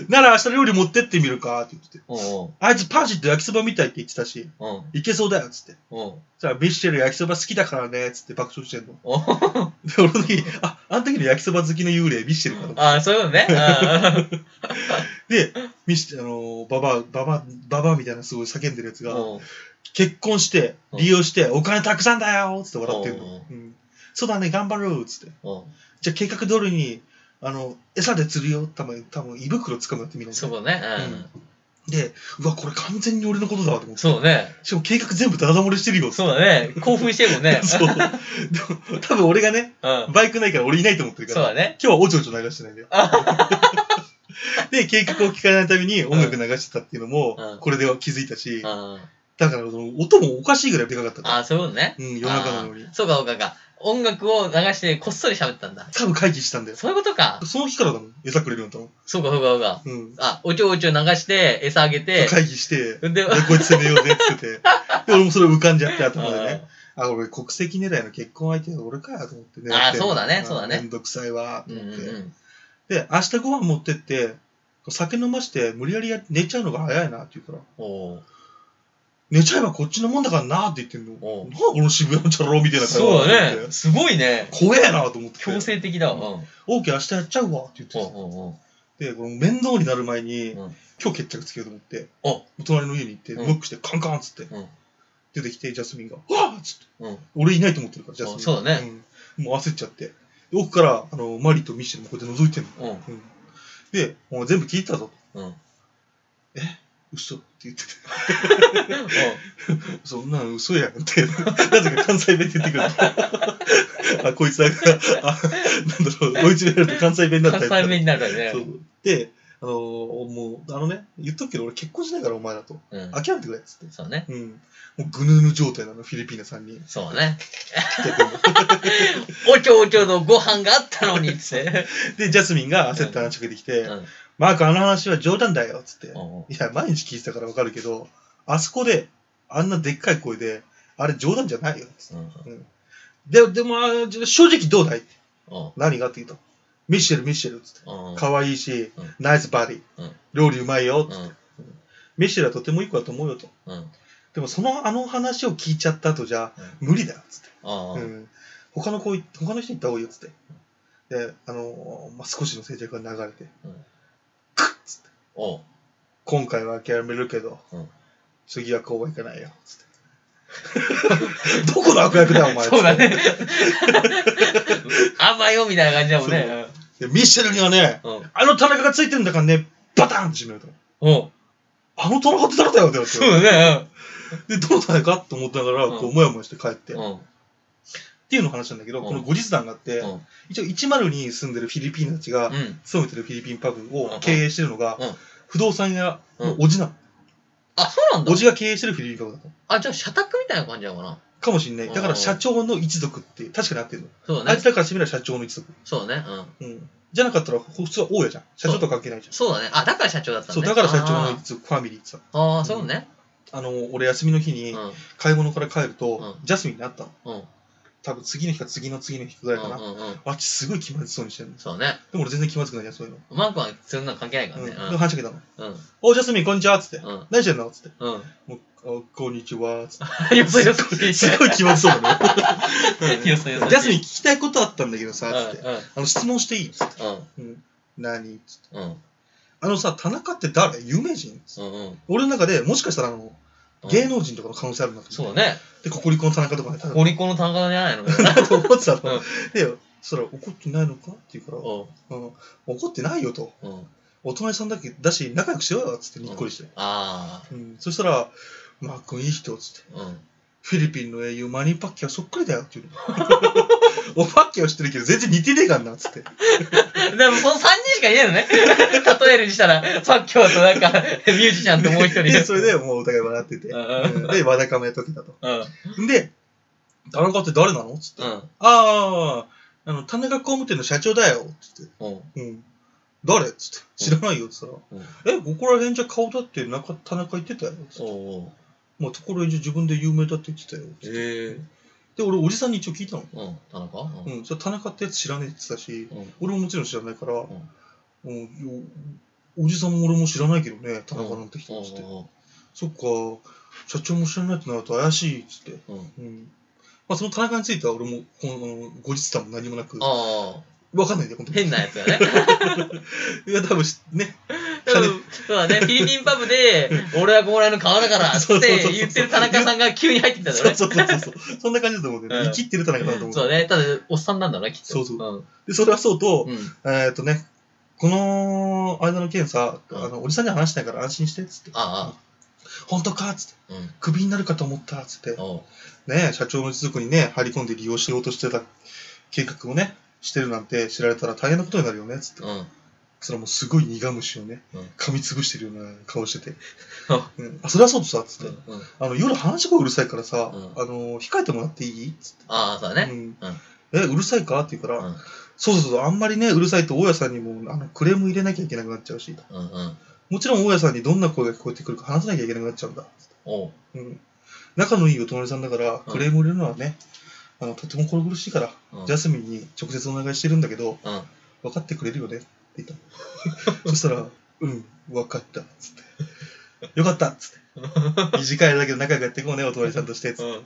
Speaker 3: なら明日料理持ってってみるかって言ってて。
Speaker 2: うん。
Speaker 3: あいつパンシット焼きそばみたいって言ってたし、
Speaker 2: うん。
Speaker 3: いけそうだよっつって。
Speaker 2: うん。
Speaker 3: じゃあミッシェル焼きそば好きだからねっつって爆笑してんの。
Speaker 2: お
Speaker 3: で、俺の時、あ、あの時の焼きそば好きの幽霊ミッシェルかと思って。
Speaker 2: ああ、そういうことね。う
Speaker 3: で、ミッシェル、あのー、ババア、ババア、ババアみたいなすごい叫んでるやつ
Speaker 2: ん
Speaker 3: が、
Speaker 2: うん。
Speaker 3: 結婚して、
Speaker 2: うん
Speaker 3: 利用して、お金たくさんだよっつって笑ってんの。
Speaker 2: う
Speaker 3: うんそうだね、頑張ろうっつって。
Speaker 2: う。
Speaker 3: じゃあ計画通りに、あの、餌で釣るよ。多分、多分胃袋つかむやってみなんい
Speaker 2: そういうことね。
Speaker 3: で、うわ、これ完全に俺のことだわと
Speaker 2: う
Speaker 3: 思っ
Speaker 2: ん。
Speaker 3: て。
Speaker 2: そうね。
Speaker 3: しかも計画全部ダダ漏れしてるよ。
Speaker 2: そうだね。興奮してるもんね。
Speaker 3: そう。でも多分俺がね、
Speaker 2: うん。
Speaker 3: バイクないから俺いないと思ってるか
Speaker 2: そ
Speaker 3: ら、
Speaker 2: うだね。
Speaker 3: 今日はおちょおちょ流してないんだよ。 で、計画を聞かないために音楽流してたっていうのも
Speaker 2: うん、
Speaker 3: これでは気づいたし、
Speaker 2: うん。
Speaker 3: だからその音もおかしいぐらいでかかったか
Speaker 2: あ
Speaker 3: ら。
Speaker 2: あ、そういうことね。
Speaker 3: うん、夜中なのに
Speaker 2: あ。ーそうか、そうか、そうか。音楽を流して、こっそり喋ったんだ。
Speaker 3: 多分会議したんだよ。
Speaker 2: そういうことか。
Speaker 3: その日からだもん、餌くれるんだもん。
Speaker 2: そうか、そうか、そうか。
Speaker 3: うん。
Speaker 2: あ、おちょおちょ流して、餌あげて、
Speaker 3: 会議して、
Speaker 2: で、
Speaker 3: でこいつ攻めようぜっ てって。で、俺もそれ浮かんじゃって、頭でね。
Speaker 2: う
Speaker 3: あ、俺国籍狙いの結婚相手は俺かと思ってね。
Speaker 2: あーそうだねそうだね
Speaker 3: めんどくさいわ、と
Speaker 2: んう
Speaker 3: 思って。
Speaker 2: ん
Speaker 3: で、明日ご飯持ってって、酒飲まして、無理やりや寝ちゃうのが早いなって言うから、
Speaker 2: うん。おー
Speaker 3: 寝ちゃえばこっちのもんだからなって言ってんの。
Speaker 2: おう
Speaker 3: なんかこの渋谷のチャラ男みたいな
Speaker 2: そう
Speaker 3: だ
Speaker 2: だね。。すごいね。
Speaker 3: 怖えなと思ってて。
Speaker 2: 強制的だわ。うん。
Speaker 3: オーケー明日やっちゃうわって言って
Speaker 2: おう
Speaker 3: て
Speaker 2: おうおう
Speaker 3: で、この面倒になる前に、
Speaker 2: うん
Speaker 3: 今日決着つけようと思って、
Speaker 2: あ
Speaker 3: 隣の家に行って、
Speaker 2: うん
Speaker 3: ノックしてカンカンっつって、
Speaker 2: うん
Speaker 3: 出てきて、ジャスミンが、わーっつって、
Speaker 2: うん
Speaker 3: 俺いないと思ってるから、ジャスミン。
Speaker 2: あそうだ
Speaker 3: ね、もう焦っちゃって。で奥から、あの、マリとミッシェルもこうやって覗いてんの。
Speaker 2: おう
Speaker 3: うんで、もう全部聞いたぞ。
Speaker 2: うん。うん
Speaker 3: 嘘って言ってて、そんなん嘘やんって、なぜか関西弁って言ってくる。 あ、こいつだから、あ、なんだろう、追い詰められると関西弁になっ
Speaker 2: 関
Speaker 3: たり
Speaker 2: 西弁になるから
Speaker 3: そ
Speaker 2: ね。
Speaker 3: うで、あのーもう、あのね、言っとくけど、俺結婚しないから、お前らと。
Speaker 2: うん。
Speaker 3: 諦めてくれっつって。
Speaker 2: そうね。
Speaker 3: うん。もうぐぬぬ状態なの、フィリピーナさんに。
Speaker 2: そう ね。
Speaker 3: 来てても
Speaker 2: おちょおちょのご飯があったのに、つ って。
Speaker 3: で、ジャスミンが焦って話しかけてきて、
Speaker 2: うん
Speaker 3: マーク、あの話は冗談だよ、つっ
Speaker 2: お
Speaker 3: て。
Speaker 2: うおう
Speaker 3: いや、毎日聞いてたからわかるけど、あそこで、あんなでっかい声で、あれ冗談じゃないよ、つって。
Speaker 2: うん
Speaker 3: で、でも、あじゃあ正直どうだい
Speaker 2: おう
Speaker 3: 何がって言うと。ミッシェル、ミッシェル、つって。
Speaker 2: おう
Speaker 3: 可愛いし
Speaker 2: うん、
Speaker 3: ナイスバディ
Speaker 2: うん。
Speaker 3: 料理うまいよ、
Speaker 2: う
Speaker 3: つって。
Speaker 2: ん
Speaker 3: ミッシェルはとてもいい子だと思うよ、と。
Speaker 2: うん
Speaker 3: でもそのあの話を聞いちゃった後じゃ無理だよっつって、
Speaker 2: おうお
Speaker 3: う、
Speaker 2: うん
Speaker 3: 他の子い他の人に行った方がいいよっつってであのーまあ、少しの静寂が流れて
Speaker 2: うん
Speaker 3: クッつって
Speaker 2: おう
Speaker 3: 今回は諦めるけど、
Speaker 2: うん
Speaker 3: 次はこうはいかないよっつって どこの悪役だお前
Speaker 2: そうだ
Speaker 3: っつっ
Speaker 2: ね。 甘よみたいな感じだもんね。
Speaker 3: てでミッシェルにはね
Speaker 2: うんうん
Speaker 3: あの田中がついてるんだからねバタンって閉めると
Speaker 2: おう
Speaker 3: あの田中って誰だよってなっ
Speaker 2: そう
Speaker 3: て
Speaker 2: だね。
Speaker 3: でどうだよかと思ったから、
Speaker 2: うん
Speaker 3: こうモヤモヤして帰って、
Speaker 2: うん
Speaker 3: っ
Speaker 2: うん
Speaker 3: ていうの話なんだけど、
Speaker 2: うん
Speaker 3: この後日談があって、
Speaker 2: うん
Speaker 3: 一応102に住んでるフィリピン人たちが、
Speaker 2: うん。
Speaker 3: 勤めてるフィリピンパブ
Speaker 2: うんう
Speaker 3: を
Speaker 2: ん
Speaker 3: 経営してるのが
Speaker 2: うん、
Speaker 3: 不動産屋のおじなの。
Speaker 2: あ、そうなんだ
Speaker 3: お。じが経営してるフィリピンパブだと。
Speaker 2: あ、じゃあ社宅みたいな感じなのかな。
Speaker 3: かもしんない。だか
Speaker 2: う
Speaker 3: ら
Speaker 2: ん
Speaker 3: 社長の一族って、確かになってるの。
Speaker 2: そう
Speaker 3: あ
Speaker 2: だ
Speaker 3: い
Speaker 2: ね
Speaker 3: つ。らからしてみれば社長の一族。
Speaker 2: そうだね。うん。
Speaker 3: うん。じゃなかったら、普通は大家じゃん。社長とは関係ないじゃん。
Speaker 2: そうだね。あ、だから社長だったんだ、
Speaker 3: そう、
Speaker 2: ね。
Speaker 3: だから社長の一族、ファミリーってさ。
Speaker 2: あーあー、そうね。
Speaker 3: あの、俺休みの日
Speaker 2: う
Speaker 3: に
Speaker 2: ん。、うん。
Speaker 3: 買い物から帰ると
Speaker 2: う、
Speaker 3: ジャスミンになったの。
Speaker 2: うん。
Speaker 3: 多分次の日か次の次の日ぐらいかな。
Speaker 2: うんうん。
Speaker 3: あっちすごい気まずそうにしてるの。
Speaker 2: そうね。
Speaker 3: でも俺全然気まずくないじゃん、そういうの。
Speaker 2: マークはそんなの関係ないか
Speaker 3: うん。で
Speaker 2: らね。
Speaker 3: 話しかけたの。
Speaker 2: うん。うん。
Speaker 3: お、ジャスミン、こんにちはっつって。
Speaker 2: うん。
Speaker 3: 何してんのっつって。
Speaker 2: うん。
Speaker 3: もうあこんにちはっつっ て。
Speaker 2: よそよそしい。
Speaker 3: すごい気まずそうだね。
Speaker 2: よそよ そしい。
Speaker 3: ジャスミン聞きたいことあったんだけどさ、つって。
Speaker 2: うん。
Speaker 3: あの、質問していいつって。
Speaker 2: うん。
Speaker 3: うん。何つって
Speaker 2: うん。
Speaker 3: あのさ、田中って誰有名人つって
Speaker 2: うん。うん。
Speaker 3: 俺の中でもしかしたらあの、
Speaker 2: うん
Speaker 3: 芸能人とかの可能性あるなと思って。
Speaker 2: そうね。
Speaker 3: で、ココリコの田中とかね、多分
Speaker 2: コリコの単価じゃないの
Speaker 3: と思ってたの
Speaker 2: うん。
Speaker 3: で、そしたら怒ってないのかって言うから、
Speaker 2: おう
Speaker 3: うん、怒ってないよと。
Speaker 2: うん。
Speaker 3: お隣さんだけだし、仲良くしようよつってにっこりして。
Speaker 2: あ
Speaker 3: うん。そしたら、マー君いい人つって。
Speaker 2: あ。うん。
Speaker 3: フィリピンの英雄マニーパッキャーそっくりだよっ て言うの。おパッキャー知ってるけど全然似てねえかんなつって。
Speaker 2: でもその3人しかいないのね。 例えるにしたら、パッキョーとなんか、ミュージシャンともう一人。
Speaker 3: で、 それでもうお互い笑ってて。
Speaker 2: うん
Speaker 3: うんで、わだかめやっとけたと。
Speaker 2: うん。
Speaker 3: で、田中って誰なのつって。
Speaker 2: うん。
Speaker 3: ああ、あの、田中工務店の社長だよ。つっ
Speaker 2: うん。
Speaker 3: て。うん。誰つって。知らないよ。つったら。
Speaker 2: うん
Speaker 3: え、ここら辺じゃ顔だってなか、田中言ってたよ。つって。
Speaker 2: おうおう。
Speaker 3: まあ、ところじゃ自分で有名だって言ってたよ。つって
Speaker 2: ええ。
Speaker 3: で、俺、おじさんに一応聞いたの。
Speaker 2: うん。田中う。
Speaker 3: うんん。それ田中ってやつ知らねえって言ってたし、
Speaker 2: うん。
Speaker 3: 俺ももちろん知らないから、うんん。おおじさんも俺も知らないけどね、田中なんて人。つって。
Speaker 2: おう
Speaker 3: そっか、社長も知らないとなると怪しい。つって。
Speaker 2: おううん。
Speaker 3: うん。まあ、その田中については俺も、この、後日談も何もなく、
Speaker 2: ああ。
Speaker 3: わかんないんだよ、本当に。
Speaker 2: 変なやつだ ね。
Speaker 3: いや、多分しね。
Speaker 2: 多分そうだね、フィリピンパブで、俺はここら辺の川だからっ
Speaker 3: そうそうそうそ
Speaker 2: て
Speaker 3: う
Speaker 2: 言ってる田中さんが急に入ってきたんだ
Speaker 3: そ
Speaker 2: よ
Speaker 3: う
Speaker 2: ね。
Speaker 3: そうそうそう。そんな感じだと思うんだよ
Speaker 2: う
Speaker 3: ね。
Speaker 2: ん
Speaker 3: 生きてる田中だと思う。
Speaker 2: そうね、ただおっさんなんだろうね、きっと。
Speaker 3: そうそう
Speaker 2: うん。
Speaker 3: で、それはそうと、
Speaker 2: うん。
Speaker 3: えーっとね、この間の件さ、あ
Speaker 2: うん
Speaker 3: の、おじさんには話しないから安心して、つって。
Speaker 2: あ
Speaker 3: 本当かつって。
Speaker 2: あ。うん。
Speaker 3: クビになるかと思った、つって。
Speaker 2: おう
Speaker 3: ね社長の一族にね、張り込んで利用しようとしてた計画をね、してるなんて知られたら大変なことになるよね、つって。
Speaker 2: うん。
Speaker 3: それもうすごい苦虫をね
Speaker 2: うん、
Speaker 3: 噛みつぶしてるような顔してて
Speaker 2: あ。
Speaker 3: うんあ、それはそうとさ、つって。
Speaker 2: うん。
Speaker 3: あの、夜話し声うるさいからさ、
Speaker 2: うん
Speaker 3: あの、控えてもらっていいつって。
Speaker 2: ああ、そうだ
Speaker 3: う
Speaker 2: ね。
Speaker 3: んえ、うるさいかって言うから、
Speaker 2: うん
Speaker 3: そうそうそう、あんまりね、うるさいと大家さんにもあのクレーム入れなきゃいけなくなっちゃうし、
Speaker 2: うんうん。
Speaker 3: もちろん大家さんにどんな声が聞こえてくるか話さなきゃいけなくなっちゃうんだ。
Speaker 2: おう
Speaker 3: うん。仲のいいお隣さんだから、クレーム入れるのはね、あのとても心苦しいから、
Speaker 2: うん
Speaker 3: ジャスミンに直接お願いしてるんだけど、
Speaker 2: うん。
Speaker 3: 分かってくれるよねって 言ったのそしたら、うん、分かった、つって。よかった、つって。短いだけど仲良くやっていこうね、お隣さんとして。つっ
Speaker 2: うん
Speaker 3: て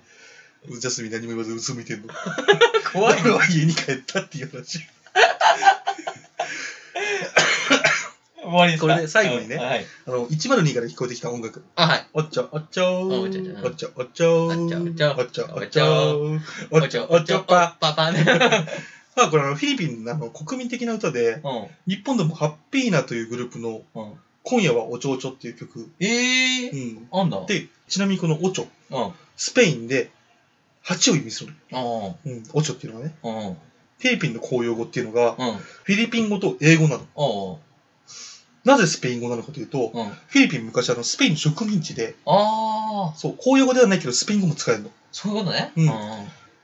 Speaker 3: ジャスミン何も言わず、うつむいてんの。
Speaker 2: 怖い
Speaker 3: 俺は 家に帰ったっていう話。
Speaker 2: 終わりですか
Speaker 3: これで最後にね
Speaker 2: うんはい。
Speaker 3: あの、102から聞こえてきた音楽。
Speaker 2: あ、はい。
Speaker 3: おっちょ、おっちょ
Speaker 2: おっちょ
Speaker 3: ー。おっちょ、おっちょー。お
Speaker 2: お
Speaker 3: っ
Speaker 2: っ
Speaker 3: ち
Speaker 2: ち
Speaker 3: ょ
Speaker 2: ょ、お
Speaker 3: おっ
Speaker 2: っ
Speaker 3: ち
Speaker 2: ち
Speaker 3: ょ
Speaker 2: ょ
Speaker 3: ー。おっちょ、おっちょぱ。
Speaker 2: パパね。 う
Speaker 3: まあ、これあの、フィリピンのあの国民的な歌で、日本でもハッピーナというグループの、
Speaker 2: ん。うん。
Speaker 3: 今夜はおちょおちょっていう曲。
Speaker 2: ええ
Speaker 3: う
Speaker 2: ー。
Speaker 3: ん。
Speaker 2: あんだ。
Speaker 3: で、ちなみにこのおちょ、
Speaker 2: うん。うん。
Speaker 3: スペインで、蜂を意味する。
Speaker 2: うん。
Speaker 3: うん、オチョっていうのはね、
Speaker 2: うん。
Speaker 3: フィリピンの公用語っていうのが、
Speaker 2: うん。
Speaker 3: フィリピン語と英語な
Speaker 2: うん。
Speaker 3: の。なぜスペイン語なのかというと、
Speaker 2: うん。
Speaker 3: フィリピン昔あのスペインの植民地で、
Speaker 2: ああ、
Speaker 3: そう、公用語ではないけどスペイン語も使えるの。
Speaker 2: そういうことね。
Speaker 3: うん
Speaker 2: うん。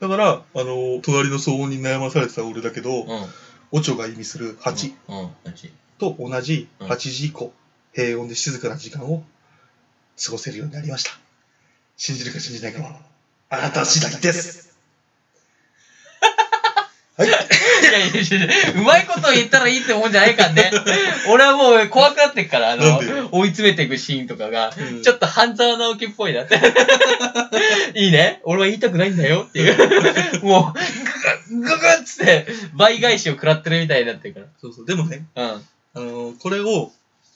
Speaker 3: だから、あの、隣の騒音に悩まされてた俺だけど、
Speaker 2: うん。
Speaker 3: オチョが意味する蜂
Speaker 2: うん。うん。八。
Speaker 3: と同じ
Speaker 2: うん
Speaker 3: 8時以降、平穏で静かな時間を過ごせるようになりました。信じるか信じないかは、あなた次第です。はい。
Speaker 2: いやいやいやいや、うまいこと言ったらいいってもんじゃないからね。俺はもう怖くなってっから、あの
Speaker 3: なんで、
Speaker 2: 追い詰めていくシーンとかが、
Speaker 3: うん
Speaker 2: ちょっと半沢直樹っぽいなって。いいね。俺は言いたくないんだよっていう。もう、ググッ、ググッつって、倍返しを食らってるみたいになってるか
Speaker 3: そうそう。でもね、
Speaker 2: ら。うん。
Speaker 3: あのこれを、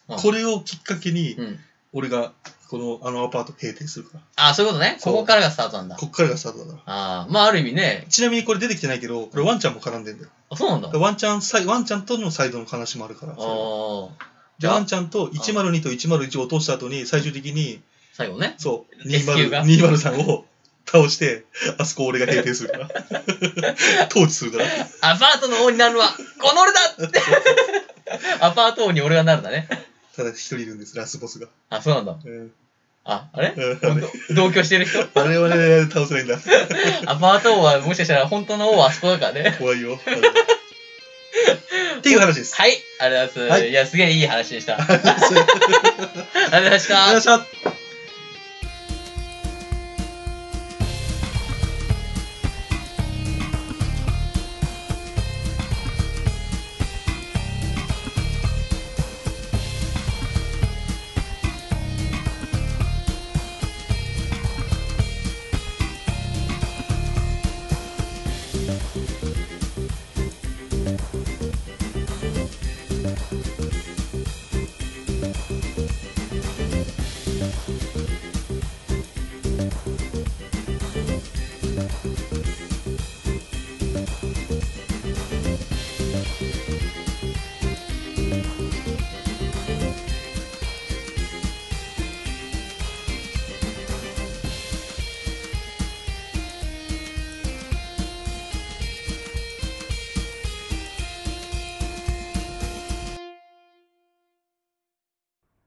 Speaker 2: うん
Speaker 3: これをきっかけに、
Speaker 2: うん。
Speaker 3: 俺が、この、あのアパート閉店するから。
Speaker 2: ああ、そういうことね。
Speaker 3: そ
Speaker 2: こ
Speaker 3: う
Speaker 2: こからがスタートなんだ。
Speaker 3: こっからがスタートだから。
Speaker 2: ああ、まあある意味ね。
Speaker 3: ちなみにこれ出てきてないけど、これワンちゃんも絡んでんだよ。
Speaker 2: あ、そうなんだ。あ
Speaker 3: ワンちゃん、サイワンちゃんとのサイドの話もあるから。
Speaker 2: あー。
Speaker 3: で、ワンちゃんと102と101を落とした後に、最終的に、
Speaker 2: 最後ね。
Speaker 3: そう、
Speaker 2: S q
Speaker 3: 20
Speaker 2: が
Speaker 3: 203を倒して、あそこ俺が閉店する から。統治するから。
Speaker 2: アパートの王になるのは、この俺だってアパート王に俺がなるんだね。
Speaker 3: ただ一人いるんです、ラスボスが。
Speaker 2: あ、そうなんだ。
Speaker 3: うん
Speaker 2: あ、あれ
Speaker 3: うん
Speaker 2: ど同居してる 人
Speaker 3: あれはね、倒せないんだ。
Speaker 2: アパート王はもしかしたら本当の王はあそこだからね。
Speaker 3: 怖いよ。っていう話です。
Speaker 2: はい、ありがとうございます。
Speaker 3: はい
Speaker 2: い、や、すげえいい話でした。ありがとうございまし
Speaker 3: ありがとうござい
Speaker 2: た
Speaker 3: ま。した。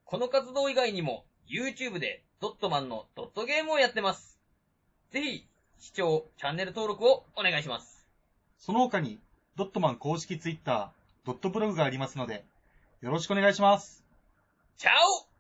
Speaker 2: この活動以外にも、YouTube でドットマンのドットゲームをやってます。ぜひ、視聴、チャンネル登録をお願いします。
Speaker 3: その他に、ドットマン公式ツイッター、ドットブログがありますので、よろしくお願いします。
Speaker 2: チャオ